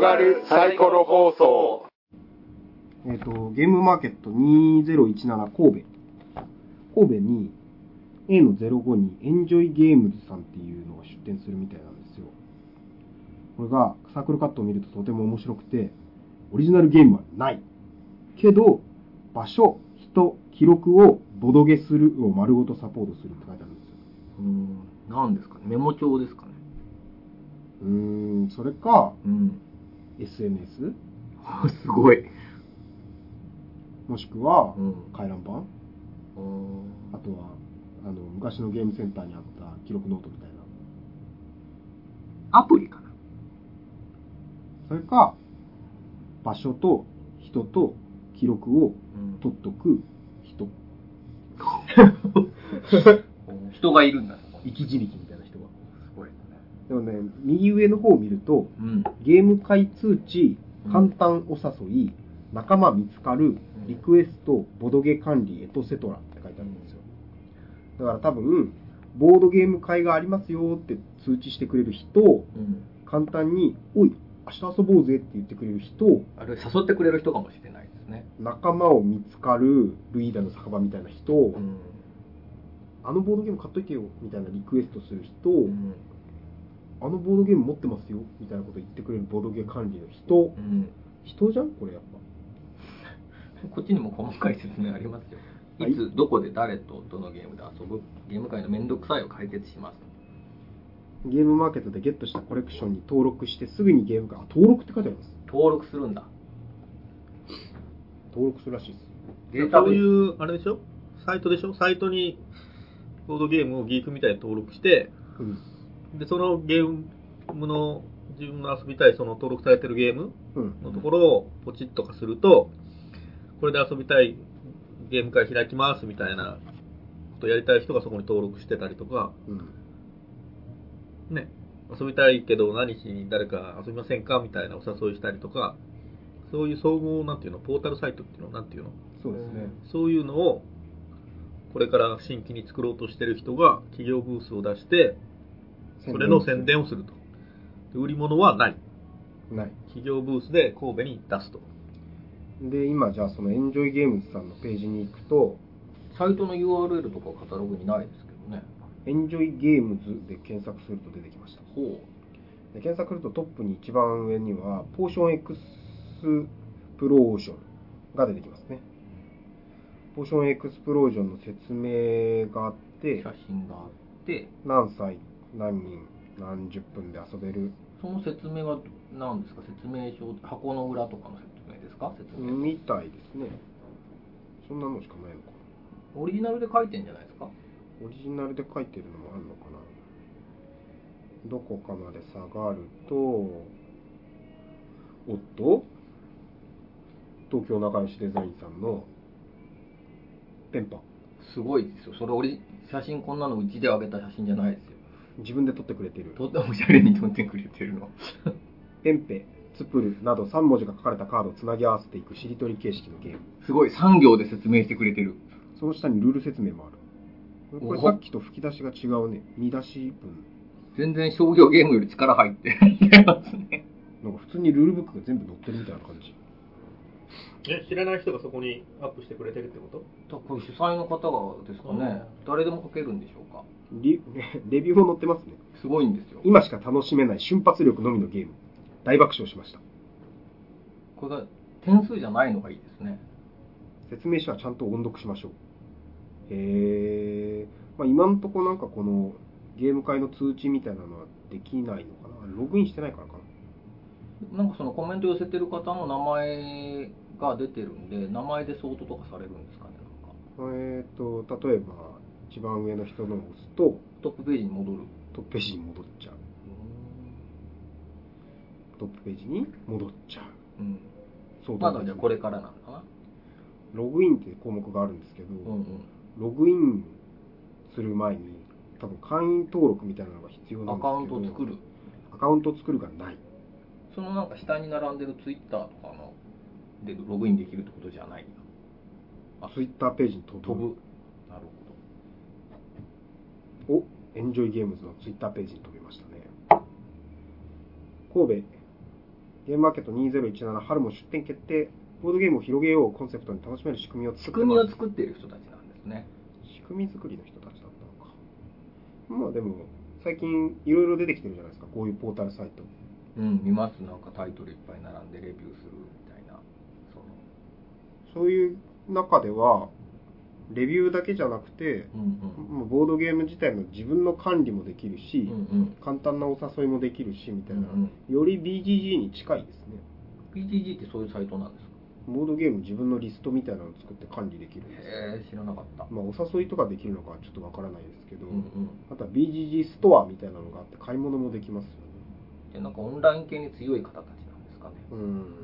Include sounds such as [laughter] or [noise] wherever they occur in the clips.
がるサイコロ放送。えっ、と、ゲームマーケット2017神戸。神戸に A の05にエンジョイゲームズさんっていうのが出店するみたいなんですよ。これがサークルカットを見るととても面白くて、オリジナルゲームはない。けど、場所、人、記録をボドゲするを丸ごとサポートするって書いてあるんですよ。うん。なんですかね。メモ帳ですかね。うーん、それか、うん。 SNS? [laughs] すごい。もしくはう、ん。回覧板あーあとはあの昔のゲームセンターにあった記録ノートみたいなアプリかな。それか場所と人と記録をうん取っとく人人がいるんだ。す生き字引みたいな人がごいね。でもね右上の方を見るとうん。ゲーム会通知うん簡単お誘い、仲間見つかるんリクエストボドゲ管理エトセトラって書いてあるんですよだから多分ボードゲーム会がありますよって通知してくれる人うん。簡単に「おい明日遊ぼうぜ」って言ってくれる人あれ誘ってくれる人かもしれないですね。仲間を見つかるルイーダの酒場みたいな人、うん。あのボードゲーム買っといてよみたいなリクエストする人、うん。あのボードゲーム持ってますよみたいなこと言ってくれるボードゲーム管理の人うん。人じゃんこれやっぱこっちにも細かい説明ありますよ。はいいつ、どこで誰とどのゲームで遊ぶ、ゲーム界のめんどくさいを解決します。ゲームマーケットでゲットしたコレクションに登録してすぐにゲームがあ登録って書いてあります登録するんだ。登録するらしいですデータそベうースいう、あれでしょサイトでしょサイトに、ボードゲームをギークみたいに登録して、うんで、そのゲームの、自分の遊びたい、その登録されてるゲームうんのところをポチッとかすると、これで遊びたいゲーム会開きますみたいなことやりたい人がそこに登録してたりとか、うんね、遊びたいけど何しに誰か遊びませんかみたいなお誘いしたりとか、そういう総合、なんていうの、ポータルサイトっていうの、なんていうの、そうですねそういうのを、これから新規に作ろうとしてる人が企業ブースを出して、それの宣伝をすると。で売り物はない。ない企業ブースで神戸に出すと。で今じゃあそのエンジョイゲームズさんのページに行くとサイトの URL とかカタログにないですけどね。エンジョイゲームズで検索すると出てきましたほで検索するとトップに一番上にはポーション X プローションが出てきますねポーション X プローションの説明があっう。て写真があって、何歳何人何十分で遊べるその説明は何ですか説明書、箱の裏とかの説明ですか説明。みたいですねそんなのしかないのかオリジナルで書いてんじゃないですかなオリジナルで書いてるのもあるのかなどこかまで下がるとおっと東京仲良しデザインさんのペンパすごいですよ。それオリ写真こんなのうちであげた写真じゃないですよ。自分で撮ってくれているとってもおしゃれに撮ってくれてるの。ペンペツプルなど3文字が書かれたカードをつなぎ合わせていくしりとり形式のゲームすごい、3行で説明してくれてる。その下にルール説明もあるこれおさっきと吹き出しが違うね見出し分全然商業ゲームより力入ってますね。なんか普通にルールブックが全部載ってるみたいな感じえ、知らない人がそこにアップしてくれてるってことこれ主催の方がですかね、誰でも書けるんでしょうか。リレビューも載ってますねすごいんですよ。今しか楽しめない瞬発力のみのゲーム大爆笑しましたこれが点数じゃないのがいいですね。説明書はちゃんと音読しましょうへえ、まあ、今のとこなんかこのゲーム会の通知みたいなのはできないのかなログインしてないからかななんかそのコメント寄せてる方の名前が出てるんで、名前でソートとかされるんですかね、なんか。えっ、と、例えば、一番上の人のを押すと、トップページに戻る。トップページに戻っちゃう。トップページに戻っちゃう。うん。そうまだじゃあこれからなのかな。ログインっていう項目があるんですけど、うんうん。ログインする前に、多分会員登録みたいなのが必要なんアですけカど、ウントを作る。アカウント作るがない。そのなんか下に並んでるツイッターとかのでログインできるってことじゃない。あツイッターページに飛ぶ。飛ぶ。なるほど。おエンジョイゲームズのツイッターページに飛びましたね。神戸ゲームマーケット2017春も出店決定。ボードゲームを広げようをコンセプトに楽しめる仕組みを作仕って組みまをす。作っている人たちなんですね。仕組み作りの人たちだったのか。まあでも、最近いろいろ出てきてるじゃないですか、こういうポータルサイト。うん、見ます。なんかタイトルいっぱい並んでレビューするみたいな。そのそういう中では、レビューだけじゃなくて、うんもうボードゲーム自体の自分の管理もできるうん。し、うんうん。簡単なお誘いもできるし、みたいな、うんより BGG に近いですね。 PTG ってそういうサイトなんですかボードゲーム自分のリストみたいなのを作って管理できるんですよへえ、知らなかった。まあ、お誘いとかできるのかはちょっとわからないですけうど、んうん。あとは BGG ストアみたいなのがあって買い物もできますよねで、なんかオンライン系に強い方たちなんですかね。うん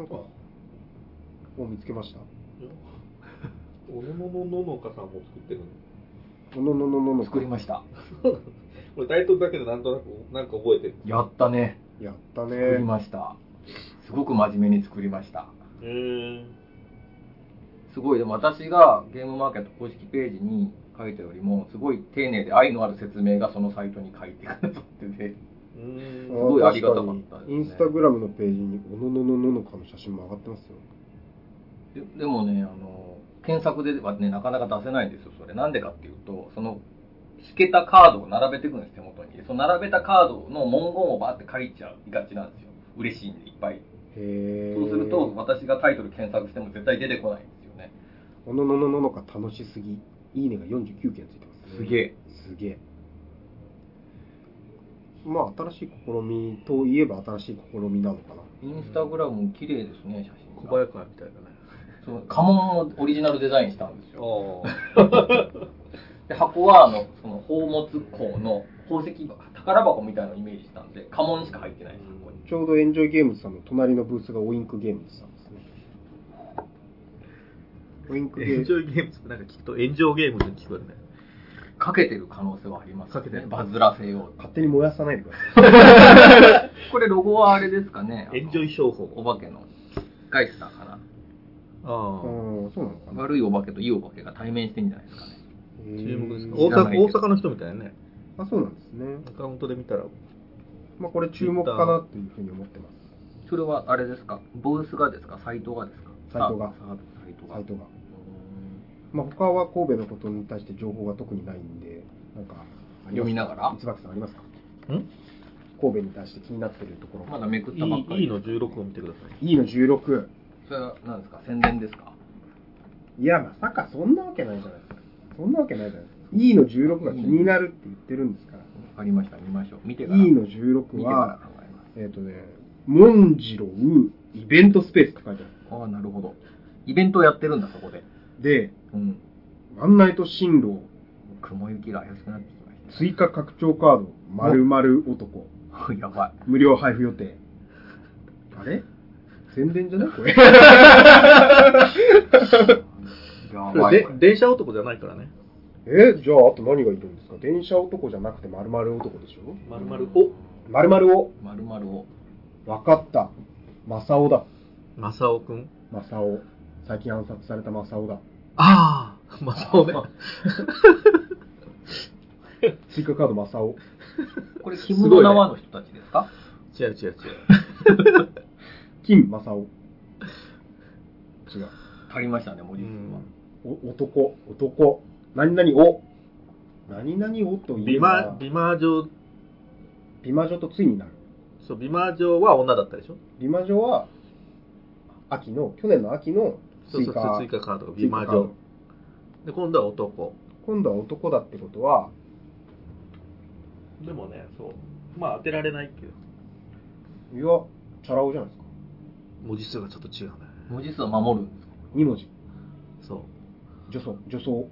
なんかもう見つけましたおのののののかさんも作ってるのおののののの作りました。これタイトルだけでなんとなくなんか覚えてるやったね。やったね作りました。すごく真面目に作りました。へえすごい、でも私がゲームマーケット公式ページに書いたよりも、すごい丁寧で愛のある説明がそのサイトに書いてくださってて、うすんごいありがたかったですねインスタグラムのページにおのののののかの写真も上がってますよででもね、あの、検索ではね、なかなか出せないんですよ、それ。なんでかっていうと、その、引けたカードを並べていくんです、手元に。でその並べたカードの文言をバーって書いちゃいがちなんですよ。嬉しいんで、いっぱい。へえそうすると、私がタイトル検索しても絶対出てこないんですよね。おのののののか楽しすぎいいねが49件ついてますすげえ。すげえまあ新しい試みといえば新しい試みなのかなインスタグラム綺麗ですね、写真小が。早川みたいだねその家紋をオリジナルデザインしたんですよ。あで箱はあのその宝物庫の宝石箱宝箱みたいなのをイメージしたんで家紋しか入ってないです箱にちょうどエンジョイゲームズさんの隣のブースがオインクゲームズさんですねオインクゲ [laughs] エンージムョイゲームズってなんか聞くと炎上ゲームズに聞こえるねかけてる可能性はありますかけてるバズらせよう勝手に燃やさないでくださこれロゴはあれですかねエンジョイあ商のお法化けのガイスターかないうあんそうなのかな悪いお化けといいお化けが対面してんじゃないですかねへあー注目ですか知大らないけ阪ど大阪の人みたいねあそうなんですねアカウントで見たらまあこれ注目かなというふうに思ってますそれはあれですかブースがですかサイトがですかサイトがサービスサイトがサイトがうーまあ他は神戸のことに対して情報が特にないんでなんかありますか読みながら一幕さんありますかん神戸に対して気になってるところんまだめくったばっか E, り E の16を見てください E の16それは何ですか宣伝ですかいやまさかそんなわけないじゃないですかそんなわけないじゃないですか E の16が気になるって言ってるんですからわかりました見ましょう見てから E の見16てからは考えますえっ、とね「モンジロウイベントスペース」って書いてあるああ、なるほど。イベントをやってるんだ、そこで。でうん。ワンナイト進路雲行きが怪しくなってきまし追加拡張カード〇〇男た。 [laughs] やば無料配布予定あれ宣伝じゃないこれい。やこばいれこれ。で電車男じゃないからね [laughs] えじゃああと何がいるんですか電車男じゃなくてまるまる男でしょまるまるおまるまるをまるまるを。分かった正雄だマサオくん正雄最近暗殺された正雄だああマサオね追加カード正雄これ、キムの縄の人たちですか [laughs] 違う違う違う金正雄違う足りましたね、文う字数はん。お男男何々を何々をと言美えば魔美魔女美魔女とついになるそう美魔女は女だったでしょ美魔女は秋の去年の秋のそう追そう加追加カードが美追加カー魔ド女で今度は男今度は男だってことはでもねそうまあ当てられないけどいやチャラ男じゃないですか文字数がちょっと違うね文字数を守るんですか2文字そう女装女装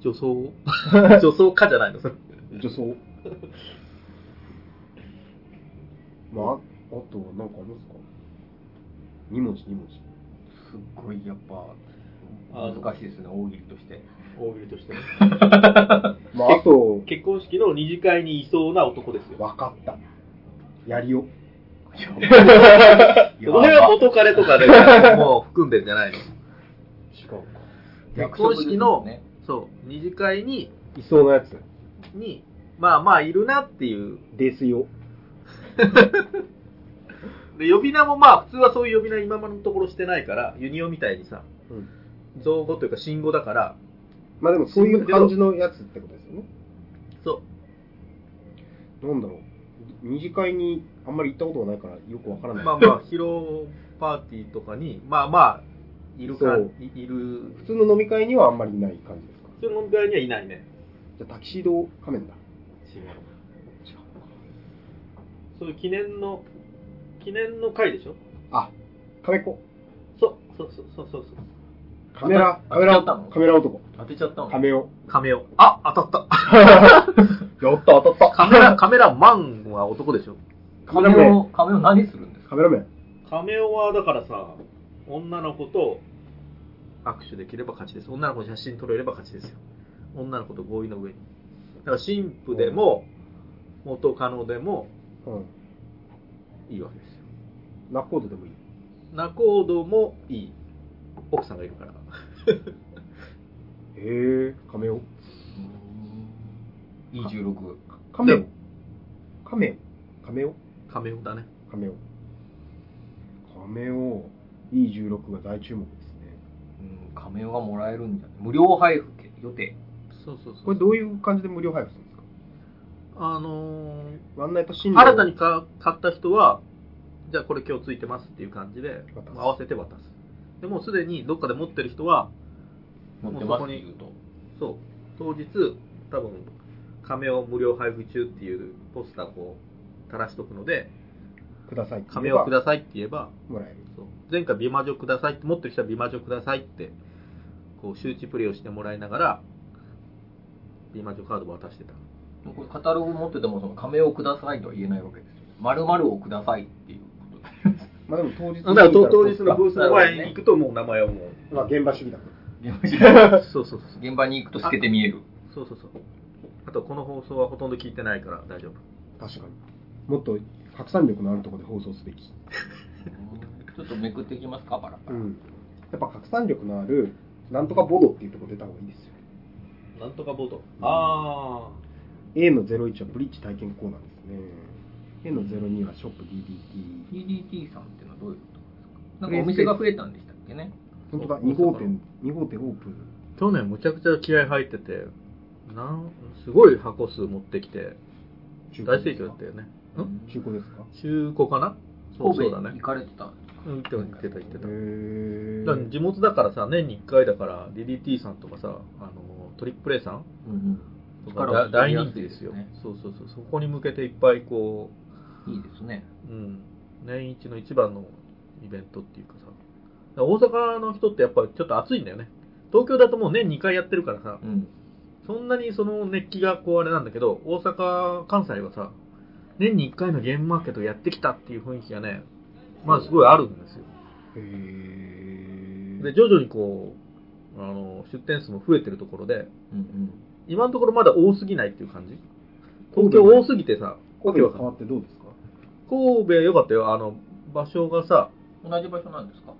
女装 [laughs] 女装かじゃ [laughs] ないのそれ女装 [laughs] まああとは何かありますか2文字2文字すっごい、やっぱ、あの難しいですね、大喜利として。大喜利としてまああと結婚式の二次会にいそうな男ですよ分かったやりをこの辺は元彼とかで [laughs] もう含んでるんじゃないの違うか結婚式の、ねそう二次会にいそうなやつにまあまあいるなっていう泥酔をで、呼び名もまあ、普通はそういう呼び名今のところしてないから、ユニオみたいにさ、うん造語というか、新語だから、まあでもそういう感じのやつってことですよね。そなんだろう。二次会にあんまり行ったことがないからよくわからう、ない。まあまあ、披露パーティーとかに、まあまあ、いるか、そいういる、普通の飲み会にはあんまりいない感じですか。普通の飲み会にはいないね。じゃあタキシード仮面だ。そういう記念の、記念の会でしょあ、カメコ。そう、そうそうそうそうそう。カメラ、あカメラ、当たったのカメラ男。当てちゃったのカメオ。亀を。あ、当たっ。やった当たったカメラ、カメラマンは男でしょカメラ亀メン。を亀を何するんですかカメラメン。亀尾はだからさ、女の子と握手できれば勝ちです。女の子の写真撮れれば勝ちですよ。女の子と合意の上に。だから新婦でも、元カノでもうん。いいわけですよ。ナコードでもいい。仲人もいい。奥さんがいるから。 [laughs] へえ、カメオ。うーん26カメでオ。カメオ。カメオ。亀尾だね。カメオ。カメオ。E16 が大注目ですね。うん亀をがもらえるんじゃない無料配布予定そうそうそう。これどういう感じで無料配布するんですかあのーワンナイト新新たにか買った人は、じゃあこれ今日ついてますっていう感じで渡、す合わせて渡す。でもうすでにどっかで持ってる人は、持ってもうまそすこってに言うとそう、当日、多分、亀を無料配布中っていうポスターをこう、垂らしとくので、くださいって言え亀ばをくださいって言えば、もらえる。そう前回美魔女くださいって、持ってる人は美魔女くださいって、こう、周知プレイをしてもらいながら、美魔女カードを渡してた。これカタログ持っててもその亀をくださいとは言えないわけですよまるをくださいっていうことでまあでも当日だから当当日のブースの前なるほどにね行くともう名前はもう、まあ現場主義だから。そうそうそう。 [laughs] 現場に行くと透けて見えるそうそうそう。あと、この放送はほとんど聞いてないから大丈夫。確かに。もっと拡散力のあるところで放送すべき。うんちょっとめくっていきますかパラパうラん。やっぱ拡散力のある、なんとかボードっていうところ出た方がいいですよ。なんとかボード。あ A の01はブリッジ体験コーナーですね。A の02はショップ DDT。 PDT さんっていうのはどういうことですかなんかお店が増えたんでしたっけね本当だ、そう2号店、2号店オープン。あ。去年むちゃくちゃ気合入ってて、なんすごい箱数持ってきて、中大古で盛す況かだったよね。ん中古ですか中古かなそう神そう戸だに行ね。かれてたうん、言ってた言ってへた。ーだから地元だからさ、年に1回だから、DDT さんとかさ、あのトリップレイさんうんとか力をだ入れ大や人す気いでですすよよね。そうそうそう。そこに向けていっぱいこうんいいですねう、うん、年一の一番のイベントっていうかさ、だから大阪の人ってやっぱりちょっと暑いんだよね。東京だともう年2回やってるからさ、うんそんなにその熱気がこうあれなんだけど、大阪、関西はさ、年に1回のゲームマーケットをやってきたっていう雰囲気がね、まあすごいあるんですよ。へーで、徐々にこう、あの、出店数も増えてるところで、うんうん今のところまだ多すぎないっていう感じ東京多すぎてさ、神戸は変わってどうですか神戸良かったよ、あの、場所がさ、同じ場所なんですか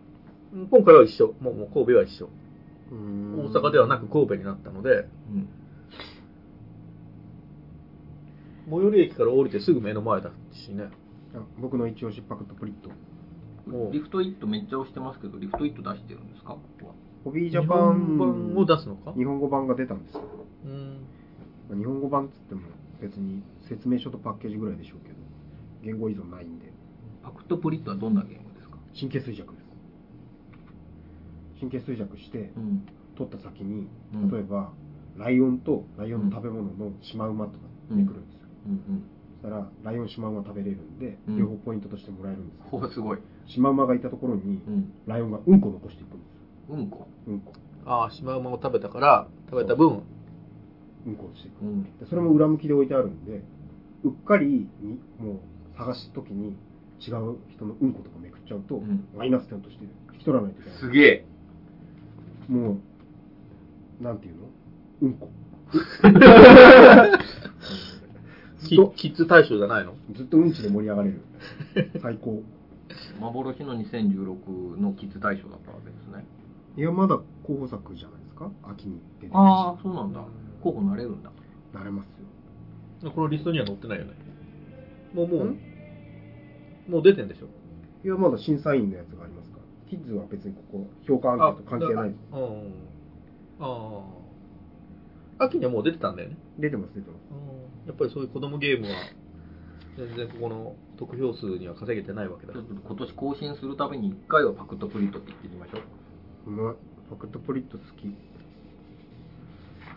うん今回は一緒、もうもう神戸は一緒。大大阪ではなく神戸になったので、うん最寄り駅から降りてすぐ目の前だしね。あ僕の一押しパクッとプリッともうリフトイットめっちゃ押してますけどリフトイット出してるんですかここはホビー日ジャ本パン版を出すのか日本語版が出たんですよ、うん。まあ日本語版っつっても別に説明書とパッケージぐらいでしょうけど言語依存ないんでパクッとプリットはどんなゲームですか神経衰弱です神経衰弱してうん取った先にうん例えば、ライオンとライオンの食べ物のシマウマとか出てくるんですよ、うんそしたらライオンシマウマ食べれるんで、うん両方ポイントとしてもらえるんですけうんおすごいどシマウマがいたところにうんライオンがうんこ残していくんですようんこうんこああ、シマウマを食べたから、食べた分、うんこをしていくうんでそれも裏向きで置いてあるんでうっかりにもう探す時に違う人のうんことかめくっちゃうと、うんマイナス点として引き取らないといけないすげえもうなんていうのうんこ [laughs] キそうキッズ対象じゃないのずっとうんちで盛り上がれる最高幻の2016のキッズ大賞だったわけですねいやまだ候補作じゃないですか秋に出てるしああそうなんだ候補なれるんだなれますよこのリストには載ってないよね。もうもう、もう出てんでしょいや、まだ審査員のやつがありますから。キッズは別にここ、評価アンケート関係ない。あうんうんああ秋にはもう出てたんだよね出てます、出てます。やっぱりそういう子供ゲームは全然ここの得票数には稼げてないわけだちょっと今年更新するために1回はパクッとプリットって言ってみましょうう。まい。パクッとプリット好き。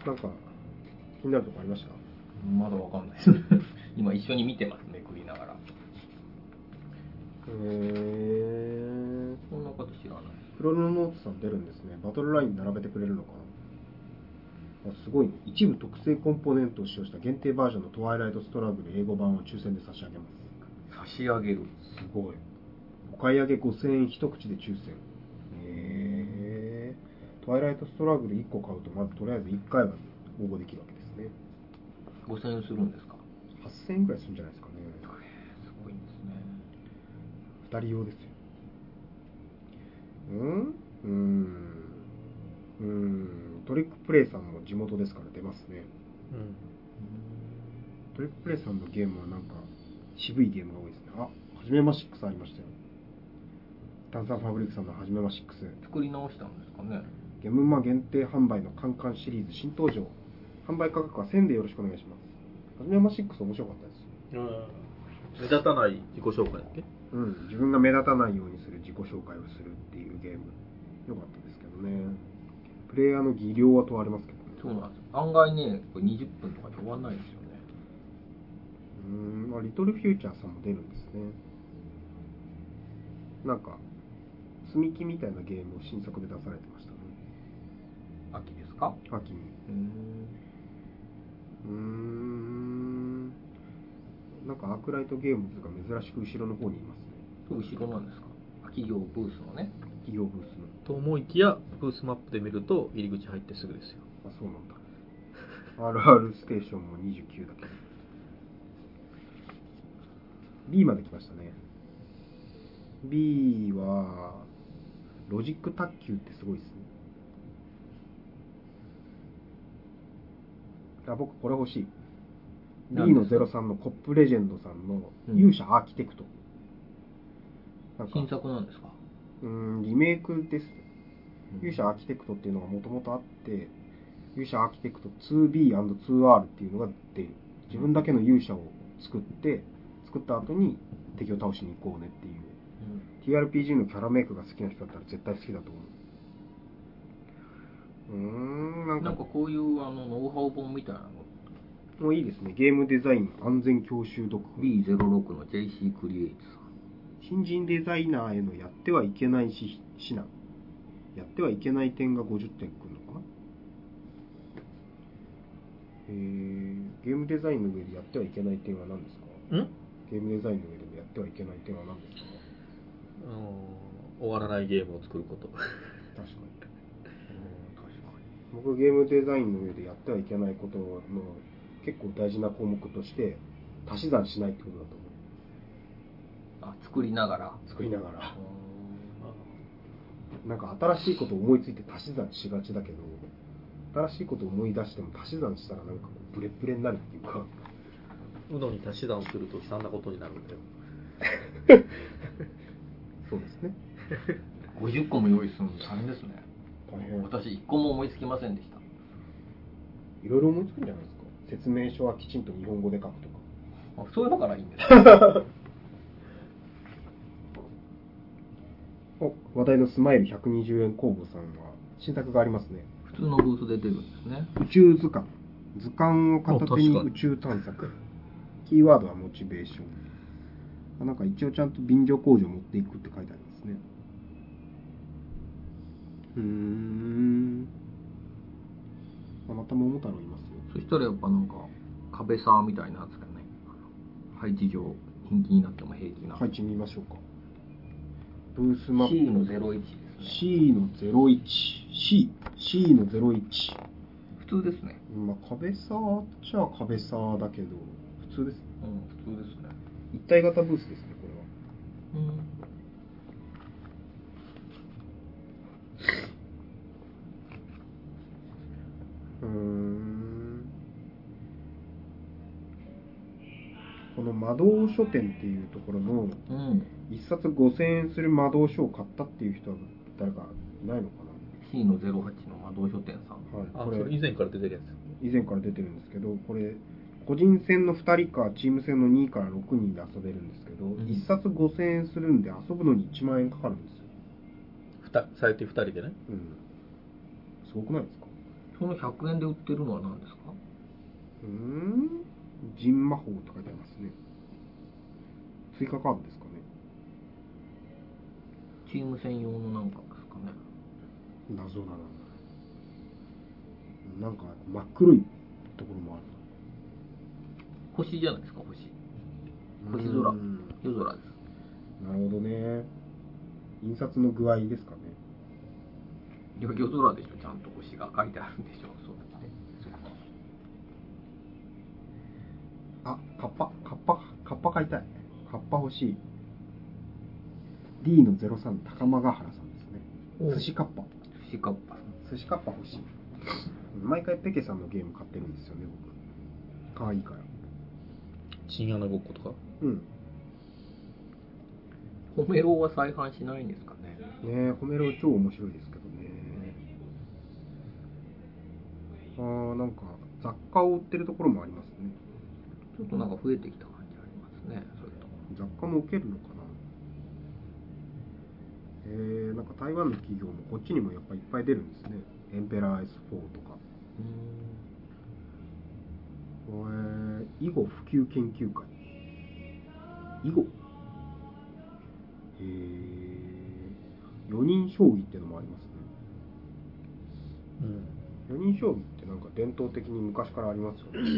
なんか、気になるとこありましたまだわかん [laughs] ないですね。今一緒に見てます、めくりながら。へー。そんなこと知らない。クロノノーツさん出るんですね。バトルライン並べてくれるのかなあすごいね。一部特製コンポーネントを使用した限定バージョンのトワイライトストラグル英語版を抽選で差し上げま差し上げる。す。すごい。お買い上げ5000円一口で抽選。へー。トワイライトストラグル1個買うと、まずとりあえず1回は応募できるわけですね。 5000円するんですか8000円くらいするんじゃないですかね。すごいんですね。 2人用ですようんうーんうーんトリックプレイさんも地元ですから出ますねうんトリックプレイさんのゲームはなんか渋いゲームが多いですねあはじめまシックスありましたよ炭酸ファブリックさんのはじめまシックス作り直したんですかね。ゲームマ限定販売のカンカンシリーズ新登場販売価格は1000でよろしくお願いしますはじめまシックス面白かったですよ目立たない自己紹介だっけうん、自分が目立たないようにする自己紹介をするっていうゲーム良かったですけどねプレイヤーの技量は問われますけどねそうなんですよ。案外ね、これ20分とかで終わんないですよね。うーん、まあ、リトルフューチャーさんも出るんですねなんか積み木みたいなゲームを新作で出されてましたね秋ですか秋にうん。うーんなんかアークライトゲームズが珍しく後ろの方にいますね後ろなんですか企業ブースのね。企業ブースのと思いきやブースマップで見ると入り口入ってすぐですよあそうなんだ RR ステーションも29だけど B まで来ましたね B はロジック卓球ってすごいですねあ僕これ欲しい B の03のコップレジェンドさんの勇者アーキテクト、なんか新作なんですかうんリメイクです勇者アーキテクトっていうのがもともとあって勇者アーキテクト 2B&2R っていうのが出る自分だけの勇者を作って作った後に敵を倒しに行こうねっていう TRPG のキャラメイクが好きな人だったら絶対好きだと思ううーんなうんん、なかんかこういうあのノウハウ本みたいなのもういいですねゲームデザイン安全教習読本 B06 の JC クリエイツさ新ん人デザイナーへのやってはいけないし指南やってはいけない点が50点くるのかなえー、ゲームデザインの上でやってはいけない点は何ですかんゲームデザインの上でやってはいけない点は何ですか終わらないゲームを作ること [laughs] 確かにうん確かに僕ゲームデザインの上でやってはいけないことの結構大事な項目として足し算しないってことだと思あ作りながらう作りながらなんか新しいことを思いついて足し算しがちだけど新しいことを思い出しても足し算したらなんかこうブレッブレになるっていうかうのに足し算すると悲惨なことになるんだよそうですね50個も用意するの大変ですね大変い私1個も思いつきませんでしたろいろ思いつくんじゃないですか説明書はきちんと日本語で書くとかあそういうのからいいんです [laughs] お話題のスマイル120円工房さんは新作がありますね普通のブースで出るんですね宇宙図鑑図鑑を片手にあ確か宇に宙探索キーワードはモチベーションあなんか一応ちゃんと便乗工場持っていくって書いてありますねうーんあまた桃太郎いますよそしたらやっぱなんか壁サーみたいなやつがね配置上近畿になっても平気な、配置見ましょうかブースマップ C の01ですね C の 01C C の01普通ですねまあ壁さーっちゃ壁さーだけど普通ですうん普通ですね一体型ブースですねこれはうーうんんこのの魔導書店っていうところのうん。 1冊5000円する魔導書を買ったっていう人は誰かいないのか C の08の魔導書店さん。な、あはい、こそれれ以前から出てるやつ以前から出てるんですけどこれ個人戦の2人かチーム戦の2から6人で遊べるんですけど、ん1冊5000円するんで遊ぶのに1万円かかるんですよ、ふた最低2人でねうん、すごくないですかその100円で売ってるのは何ですかうーん神魔法って書いてありますね追加カードですかねチーム専用のなんかですかね。謎だななんか真っ黒いところもある星じゃないですか、星。な星空うん夜空です。なるほどね印刷の具合ですかねいや夜空でしょ、ちゃんと星が書いてあるんでしょ、そうだね。あカッパカッパカッパ買いたいカッパ欲しい D の03高間ヶ原さんですおね寿司カッパ寿司かっぱさん。寿司カッパ欲しい毎回ペケさんのゲーム買ってるんですよね僕可愛いからチンアナごっことかうんホメロは再販しないんですかね。ねえ、褒めろ超面白いですけどね。あーなんか雑貨を売ってるところもありますね。ちょっとなんか増えてきた感じありますね、そういうとこ雑貨も受けるのかな。えー、なんか台湾の企業もこっちにもやっぱいっぱい出るんですね。エンペラー S4 とか。えー、囲碁普及研究会。囲碁えー、4人将棋ってのもありますね。うん4人将棋ってなんか伝統的に昔からありますよね。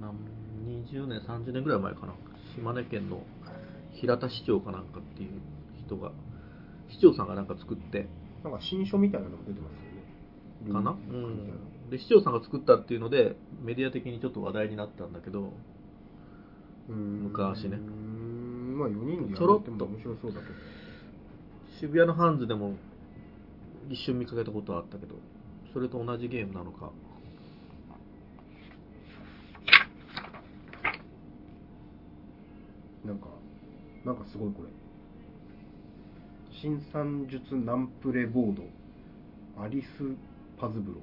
なん20年30年ぐらい前かな島根県の平田市長かなんかっていう人が市長さんがなんか作ってなんか新書みたいなのも出てますよね。かな、ルールみたいなで市長さんが作ったっていうのでメディア的にちょっと話題になったんだけどうん昔うねーんまあ4人でやちょろっってとも面白そうだけど。渋谷のハンズでも一瞬見かけたことはあったけどそれと同じゲームなのかなんか、なんかすごいこれ。新算術ナンプレボード、アリス・パズブロ。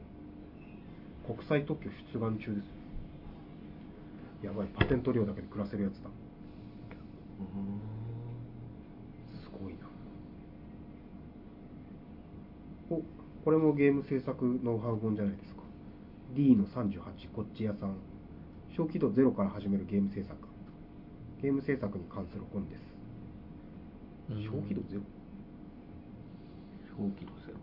国際特許出願中ですよ。やばい、パテント料だけで暮らせるやつだ。すごいな。お、これもゲーム制作ノウハウ本じゃないですか。D の38、こっち屋さん。小規度ゼロから始めるゲーム制作。ゲーム制作に関する本です。小規度ゼロうん。狂気度ゼロ。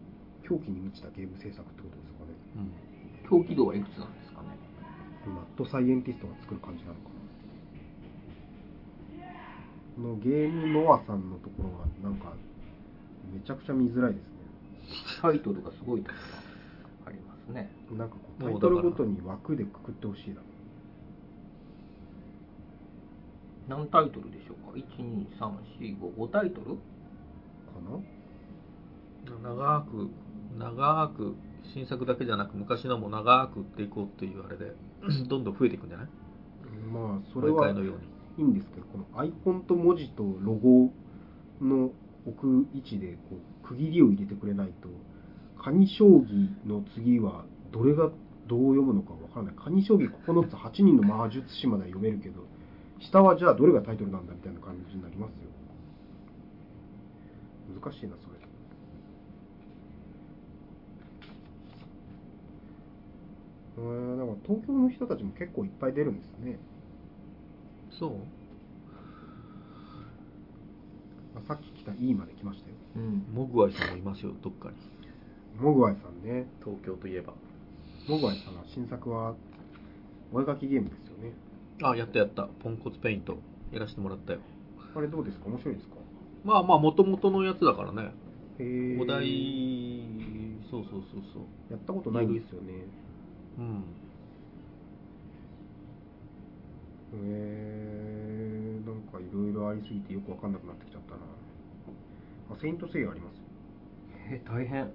狂気に満ちたゲーム制作ってことですかね。うん狂気度はいくつなんですかね。マッドサイエンティストが作る感じなのかな。このゲームノアさんのところが、なんか、めちゃくちゃ見づらいですね。タイトルがすごいとこがありますね。なんかこう、もタイトうだからルごとに枠でくくってほしいな。何タイトルでしょうか ?1、2、3、4、5、5タイトルかな長く長く新作だけじゃなく昔のも長く売っていこうっていうあれでどんどん増えていくんじゃないまあそれ毎は回いのようにいんですけどこのアイコンと文字とロゴの置く位置でこう区切りを入れてくれないとカニ将棋の次はどれがどう読むのかわからないカニ将棋9つ8人の魔術師までは読めるけど下はじゃあどれがタイトルなんだみたいな感じになりますよ難しいなそれえー、だから東京の人たちも結構いっぱい出るんですねそうあさっき来た E まで来ましたよ。うん。モグワイさんもいますよどっかにモグワイさんね。東京といえばモグワイさんは新作は、お絵描きゲームですよね。あやったやったポンコツペイントやらせてもらったよあれどうですか面白いですかまあまあ元々のやつだからねへーお題そうそうそうそうやったことないんですよね。うんえー、なんかいろいろありすぎてよくわかんなくなってきちゃったな。あ、セイントセイヤありますよ。えー、大変。こ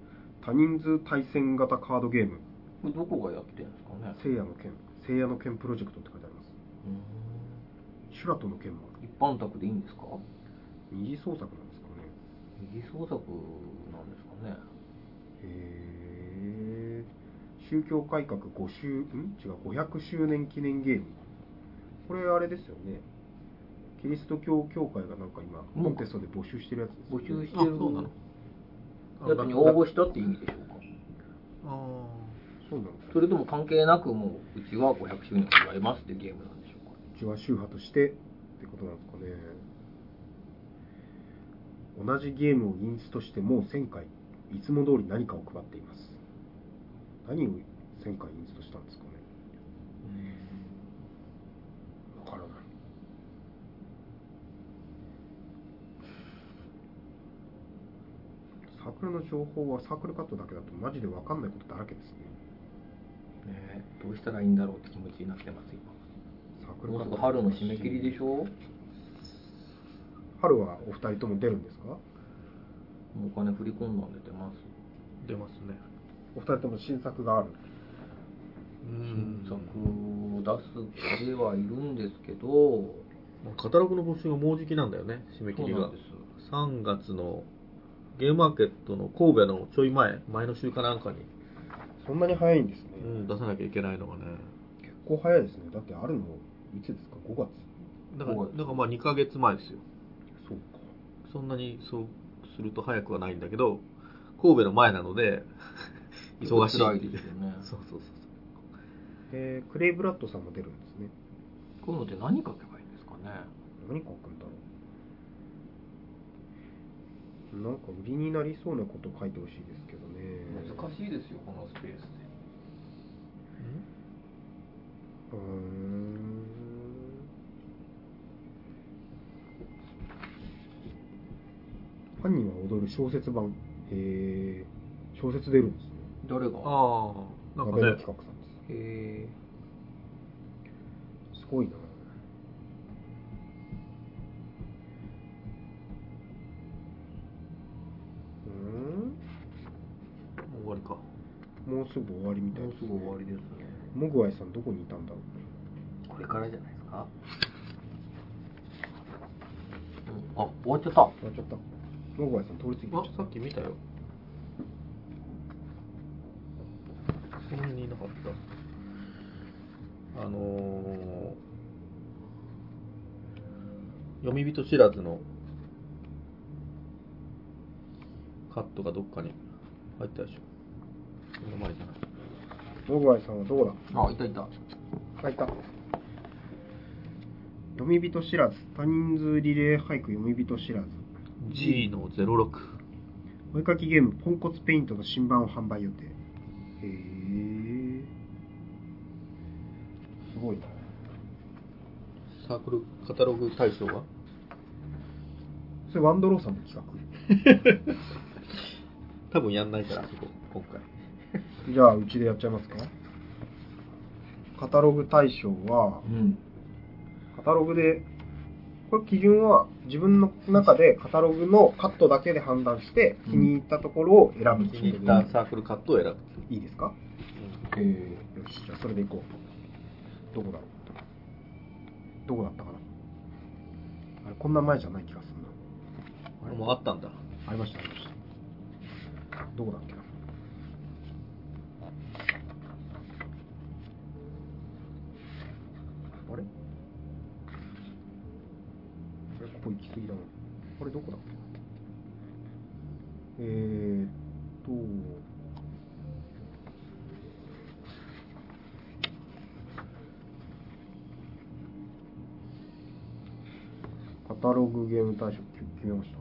多人数対戦型カードゲーム、れどこがやってるんですかね聖夜の剣、聖夜の剣プロジェクトって書いてあります。シュラトの件もある一般宅でいいんですか二次創作なんですかね二次創作なんですかねへえ宗教改革5周ん違う500周年記念ゲームこれあれですよねキリスト教協会がなんか今コンテストで募集してるやつですよ募ね、集しあてるそうなのやつに応募したって意味でしょうかあそうなんですそれとも関係なくもううちは500周年をやりますっていうゲームなんでしょうかうちは宗派としてってことなんですかね同じゲームをインストしてもう1000回いつも通り何かを配っています何を1000回インストしたんですかねわからないサークルの情報はサークルカットだけだとマジでわかんないことだらけですねねどうしたらいいんだろうって気持ちになってます今サークルもカッうすトぐ春の締め切りでしょもう春はお二人とも出るんですかお金振り込んだんで出ますー出ますねお二人とも新作があるう新ん作を出すではいるんですけどカタログの募集がもうじきなんだよね締め切そうりながんです3月のゲームマーケットの神戸のちょい前前の週かなんかに、そんなに早いんですね、うん、出さなきゃいけないのがね結構早いですねだってあるのいつですか5月だからそうだからまあ2ヶ月前ですよそうかそんなにそうすると早くはないんだけど神戸の前なので忙しい辛っいていうですよね [laughs] そうそうそうそうえークレイブラッドさんも出るんですねこういうのって何書けばいいんですかね何書くんだろうなんか売りになりそうなこと書いてほしいですけどね難しいですよこのスペースでうーん犯人は踊る小説版へえ小説出るんですね誰がああなん鍋かのね企画さんでえすすごいなうもう終わりかーんもうすぐ終わりみー、たいもうですすぐ終わりねですねモグワイさんどこにいたんだろうこれからじゃないですか、うん、あ終わっちゃった終わっちゃったモグワイさん通り過ぎてっちゃあったさっき見たよその辺にいなかったあのー読み人知らずのカットがどっかに入ったでしょその前じゃないモグワイさんはどうだあいたいた書いた読み人知らず多人数リレー俳句読み人知らず G の06お絵かきゲームポンコツペイントの新版を販売予定へえすごいなサークルカタログ大賞がそれワンドローさんの企画多分やんないからそこ今回じゃあうちでやっちゃいますかカタログ大賞はうんカタログでこれ基準は自分の中でカタログのカットだけで判断して気に入ったところを選ぶ気に入ったサークルカットを選ぶいいですかえよし、じゃあそれでいこう。どこだろうどこだったかなあれ、こんな前じゃない気がするな。あれもうあったんだありました、ありました。どこだっけなあれあれ、ここ行き過ぎだな。あれ、どこだっけなえーっと、カタログゲーム大賞決決めました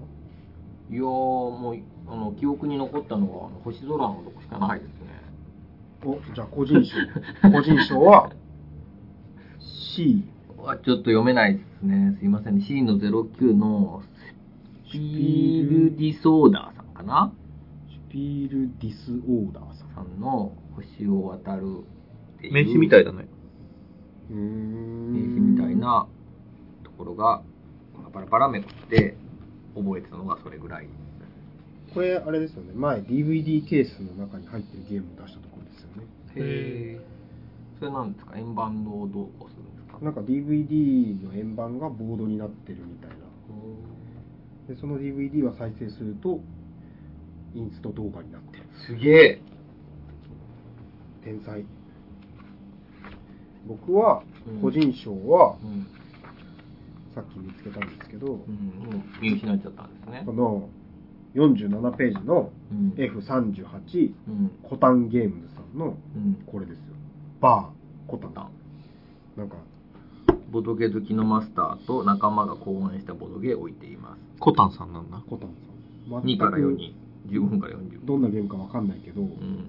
ー、いやーもうあの記憶に残ったのはあの星空のとこしかないですねお、じゃあ個人賞。個人賞は C。あちょっと読めないですねすいませんね C の09のスピールディソーダーさんかなシュピールディスオーダーさん。さんの星を渡るってう名刺みたいだねうーん名刺みたい。なところがバラバラめくって覚えてたのがそれぐらいこれ、あれですよね。前、DVD ケースの中に入ってるゲームを出したところですよね。それなんですか円盤のをどうこうするんですかなんか DVD の円盤がボードになってるみたいなでその DVD は再生するとインスト動画になってるすげえ。天才僕は個人賞はうん。さっき見つけたんですけど、うん、もう見失っちゃったんですねこ。の47ページのうん。 F38 うん。コタンゲームズさんのうん。これですよバーコタンコタンなんかボドゲ好きのマスターと仲間が考案したボドゲを置いています。コタンさんなんだ。コタンさん2から4全に、15分からく40分。どんなゲームかわかんないけど、うん。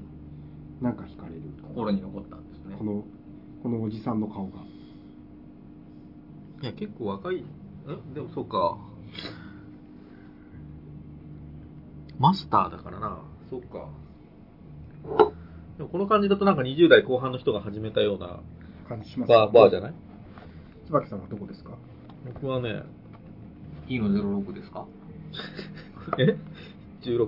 なんか惹かれる心に残ったんですねこ。のこのおじさんの顔がいや、結構若い。んでもそうか。マスターだからな。そうか。でもこの感じだとなんか20代後半の人が始めたような感じしますバー、バーじゃいない椿さんはどこですか僕はね、 [laughs] E の06ですかえ ?16? 違う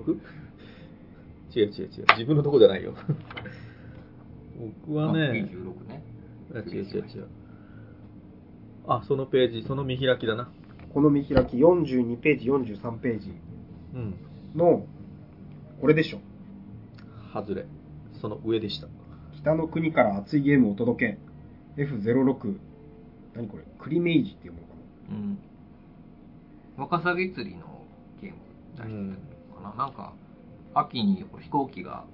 違う違う。自分のとこじゃないよ。 [laughs] 僕はあね、 E16 ね。あ違う違う違う。あ、そのページ、その見開きだな。この見開き42ページ43ページうん。のこれでしょ外れ。その上でした。北の国から熱いゲームをお届け F06 何これクリメイジっていうものかなうん。ワカサギ釣りのゲーム出してるのかな、なんか、秋に飛行機が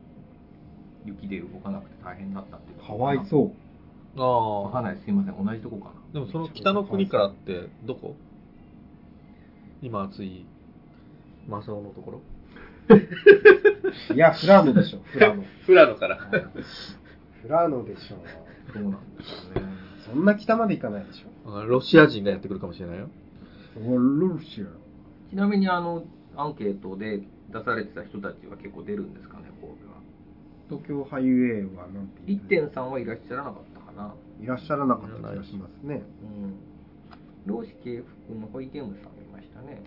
雪で動かなくて大変だったっていうかわいそうあわかんないです。すいません。同じとこかな。でもその北の国からってどこ今暑いマサオのところいや、フラーノでしょ、 [laughs] フラーノ。富良野からフラーノでしょ。そうなんですよね。そんな北まで行かないでしょ。ロシア人がやってくるかもしれないよおルシちなみにあの、アンケートで出されてた人たちは結構出るんですかね、神戸は。東京ハイウェイはなんて言った1.3はいらっしゃらなかったかな。いらっしゃらなかった気がしますね。うん。老子系服のホイゲームさんいましたね。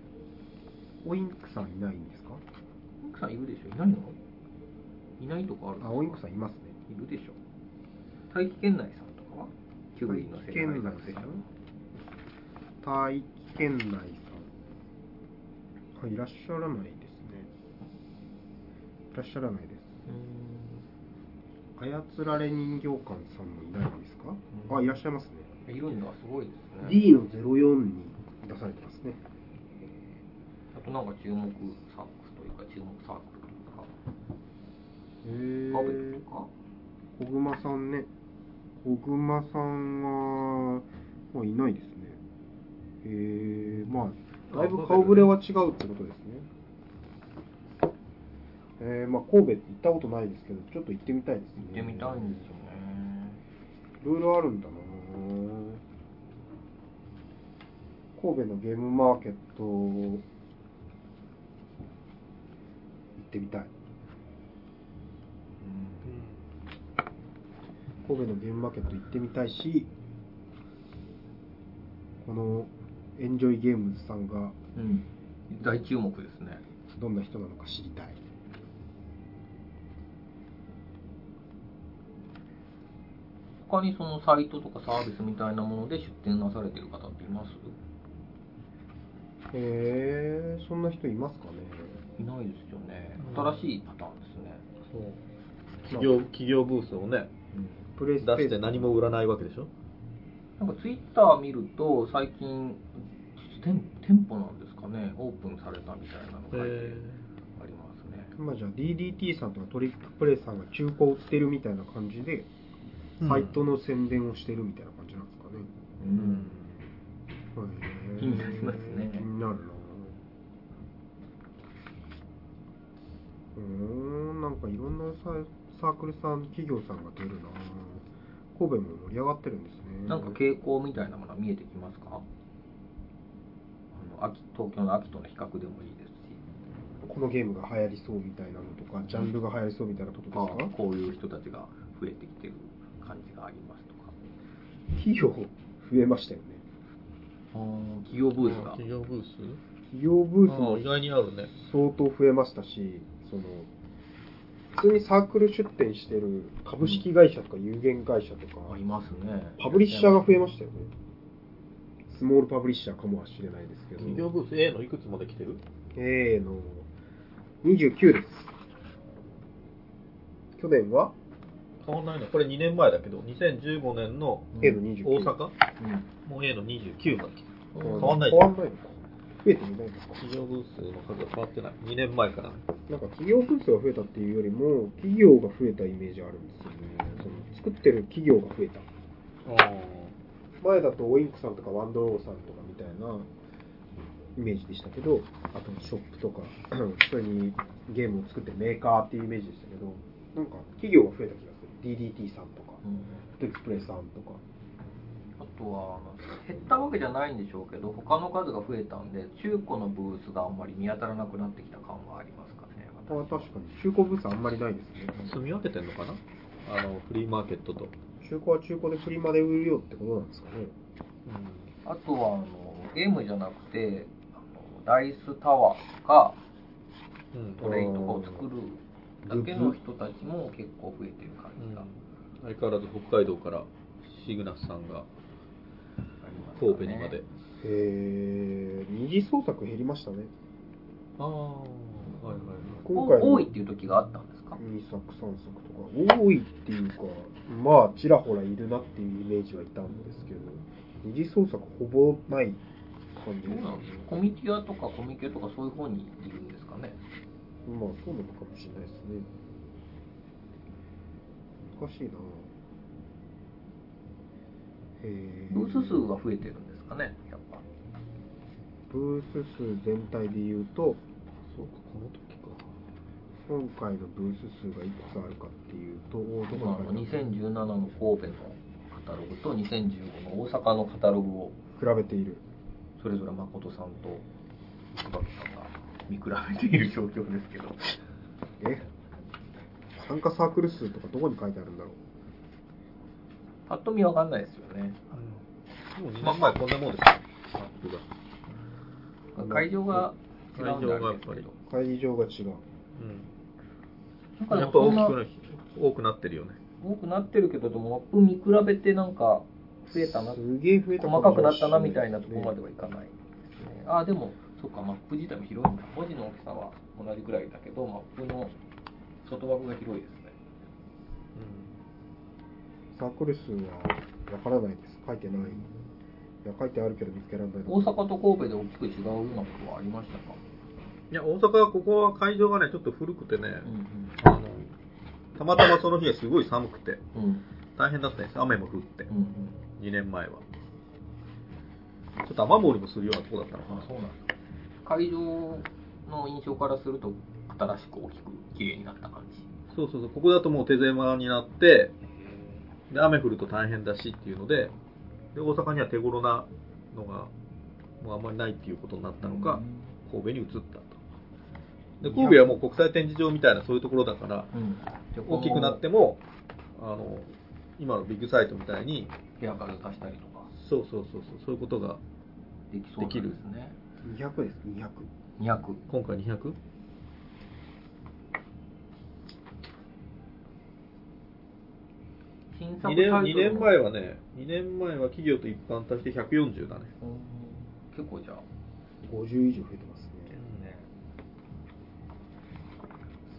オインクさんいないんですか奥さんいるでしょいないのいないとこあるあ、オインクさんいますね。いるでしょ大気圏内さんとかはキュウリの大気世界圏内の世さ界ん大気圏内さん。あいらっしゃらないですね。いらっしゃらないです。操られ人形館さんもいないんですかあ、いらっしゃいますね。うーんいるんだすごいですね D の04に出されてますね。あとなんか注目サークスというか注目サークルといへーうかカフェとか小熊さんね小熊さんは、まあ、いないですねえー、まあだいぶ顔ぶれは違うってことですねえー、まあ神戸行ったことないですけどちょっと行ってみたいです行ねってみたいんですよねいろいろあるんだな神戸のゲームマーケット行ってみたい神戸のゲームマーケット行ってみたいしこのエンジョイゲームズさんがうん大注目ですねどんな人なのか知りたい他にそのサイトとかサービスみたいなもので出店なされてる方っていますへえそんな人いますかねいないですよねうん新しいパターンですね、企業企業ブースをねプレ出イスペースして何も売らないわけでしょなんかツイッター見ると最近店店舗なんですかねオープンされたみたいなのが書いてありますね、今じゃあ DDT さんとかトリックプレイさんが中古を売ってるみたいな感じで、うんサイトの宣伝をしてるみたいな感じなんですかねうんへー気になりますね気になるなうーんなんかいろんなササークルさん企業さんが出るな神戸も盛り上がってるんですねなんか傾向みたいなものは見えてきますかあの秋東京の秋との比較でもいいですしこのゲームが流行りそうみたいなのとかジャンルが流行りそうみたいなことですあかこういう人たちが増えてきてる感じがありますとか企業増えましたよね企業ブースが企業ブース企業ブースああも意外にあるね相当増えましたしその普通にサークル出展してる株式会社とか有限会社とか、ありますね。パブリッシャーが増えましたよね。スモールパブリッシャーかもしれないですけど、企業ブース A のいくつまで来てる A の29です。去年は変わんないな。これ2年前だけど、2015年の A の29。大阪、うんもう A の29まで来てる。変変わんないじ変ゃわんんないのか。増えてみないですか。企業ブースの数は変わってない。2年前から。なんか企業ブースが増えたっていうよりも、企業が増えたイメージあるんですよね。その作ってる企業が増えた。前だとオインクさんとかワンドローさんとかみたいなイメージでしたけど、あとショップとか、 [clears throat] それにゲームを作ってるメーカーっていうイメージでしたけど、なんか企業が増えた気がする。DDT さんとか、うんドキプレさんとか。あとはあの減ったわけじゃないんでしょうけど他の数が増えたんで中古のブースがあんまり見当たらなくなってきた感はありますかねあ確かに中古ブースあんまりないですね。住み分けてんのかなあの、フリーマーケットと。中古は中古でフリマで売るよってことなんですかね。あとはあのゲームじゃなくてあのダイスタワーとかうん。うんトレイとかを作るだけの人たちも結構増えてる感じがあ相変わらず北海道からシグナスさんがりますかね神戸にまで。へえ、二次創作減りましたね。ああ、はいはい今回のお多いっていう時があったんですか二作三作とか多いっていうかまあちらほらいるなっていうイメージはいたんですけど二次創作ほぼない感じどうですねなんですかコミティアとかコミケとかそういう方にいるんですかねまあそうなのかもしれないですねおかしいなえブース数が増えてるんですかねやっぱブース数全体で言うとそうか、この時か。今回のブース数がいくつあるかっていうとおーどこ今だあかのな2017の神戸のカタログと2015の大阪のカタログを比べているそれぞれ誠さんと椿さんが見比べている状況ですけどえ参加サークル数とかどこに書いてあるんだろうパッと見わかんないですよねもう2年前こんなもんですよ、アップが。会場が違うんであれですけ会場がやっど会場が違うなんかうん、でやもっぱそ大んきなくな多くなってるよね。多くなってるけれどもマップ見比べてなんか増えたなすげえ増えた細かくなったなみたいなところまではいかないですねああでもそっかマップ自体も広いんだ文字の大きさは同じくらいだけどマップの外枠が広いですねサークル数はわからないです書いてないいや書いてあるけど見つけられない大阪と神戸で大きく違うようなことはありましたか、いや、大阪はここは会場がね、ちょっと古くてね、んあのたまたまその日がすごい寒くて、うんうん大変だったんです、雨も降って、うん2年前は。ちょっと雨漏りもするようなとこだったのかあな。そうなんですか会場の印象からすると新しく大きく綺麗になった感じそうそうそう、ここだともう手狭になって、で雨降ると大変だしっていうので、で大阪には手頃なのが、もうあんまりないっていうことになったのか、神戸に移ったと。で神戸はもう国際展示場みたいなそういうところだから、うん大きくなっても、あの今のビッグサイトみたいに、部屋から出したりとかそうそうそうそう、そういうことが、できそうなんですね200です200 200今回 200? 新作2タイトル年 ,2 年前はね、2年前は企業と一般足して140だね。うん結構じゃあ50以上増えてますねね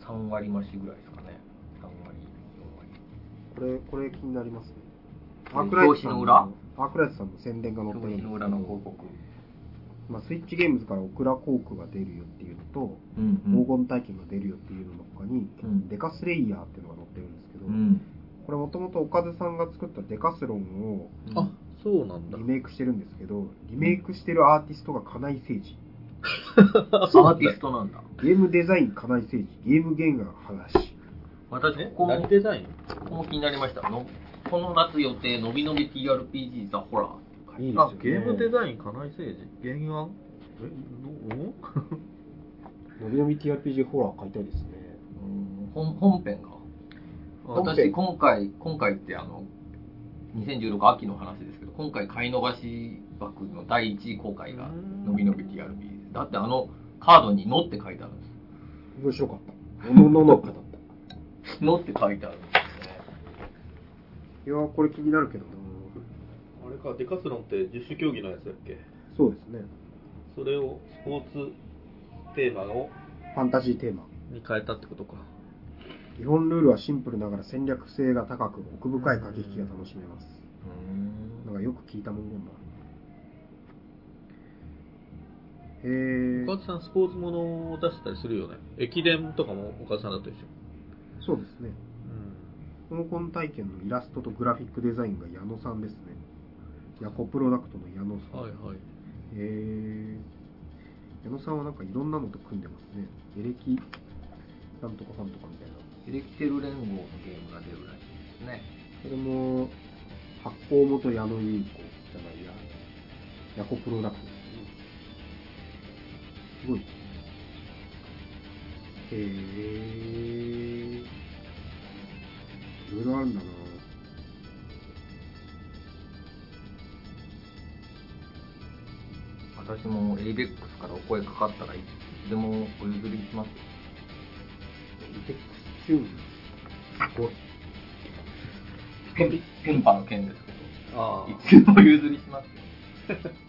3割増しぐらいですかね3割これこれ気になりますねこれ表紙の裏のパークライトさんの宣伝が載4って割るんですけ表紙のど裏の広告まあ、スイッチゲームズからオクラコークが出るよっていうのと、うん黄金体験が出るよっていうのの他に、うんデカスレイヤーっていうのが載ってるんですけど、うんこれもともと岡津さんが作ったデカスロンをあそうなんだリ。メイクしてるんですけどリメイクしてるアーティストが金井誠治アそうなんーだティストなんだゲームデザイン金井誠治ゲーム原画話私えここ何もデザインここも気になりましたのこの夏予定のびのび TRPG ザホラーいいですよあね、ゲームデザイン、金井誠治、原案え、どうのびのび TRPG ホラー買いたいですねうん本本編が本私編今回今回ってあの2016秋の話ですけど今回買い逃し枠の第一位公開がうんのびのび TRP ですだってあのカードに「の」って書いてあるんです面白かったおのののかだったのって書いてあるんですね。いやーこれ気になるけどな [laughs] あれか、デカスロンって十種競技のやつだっけそうですねそれをスポーツテーマをファンタジーテーマに変えたってことか。基本ルールはシンプルながら戦略性が高く奥深い駆け引きが楽しめますなんかよく聞いた文言だへえ岡田さん、スポーツものを出してたりするよね。駅伝とかも岡田さんだったでしょ。そうですねうん。香港体験のイラストとグラフィックデザインが矢野さんですねヤコプロダクトの矢野さん、はいはい。へえ矢野さんはなんかいろんなのと組んでますねエレキなんとかかんとかみたいなエレキテル連合のゲームが出るらしいですね。これも、発行元矢野優子じゃないや、ヤコプロダクトですね。すごい。へえ。いろいろあるんだな私も ABEX からお声かかったらいつでもお譲りしますよ。イテックスチューン。すごい。ペンペンパの件ですけど、ああ。いつでもお譲りしますよ。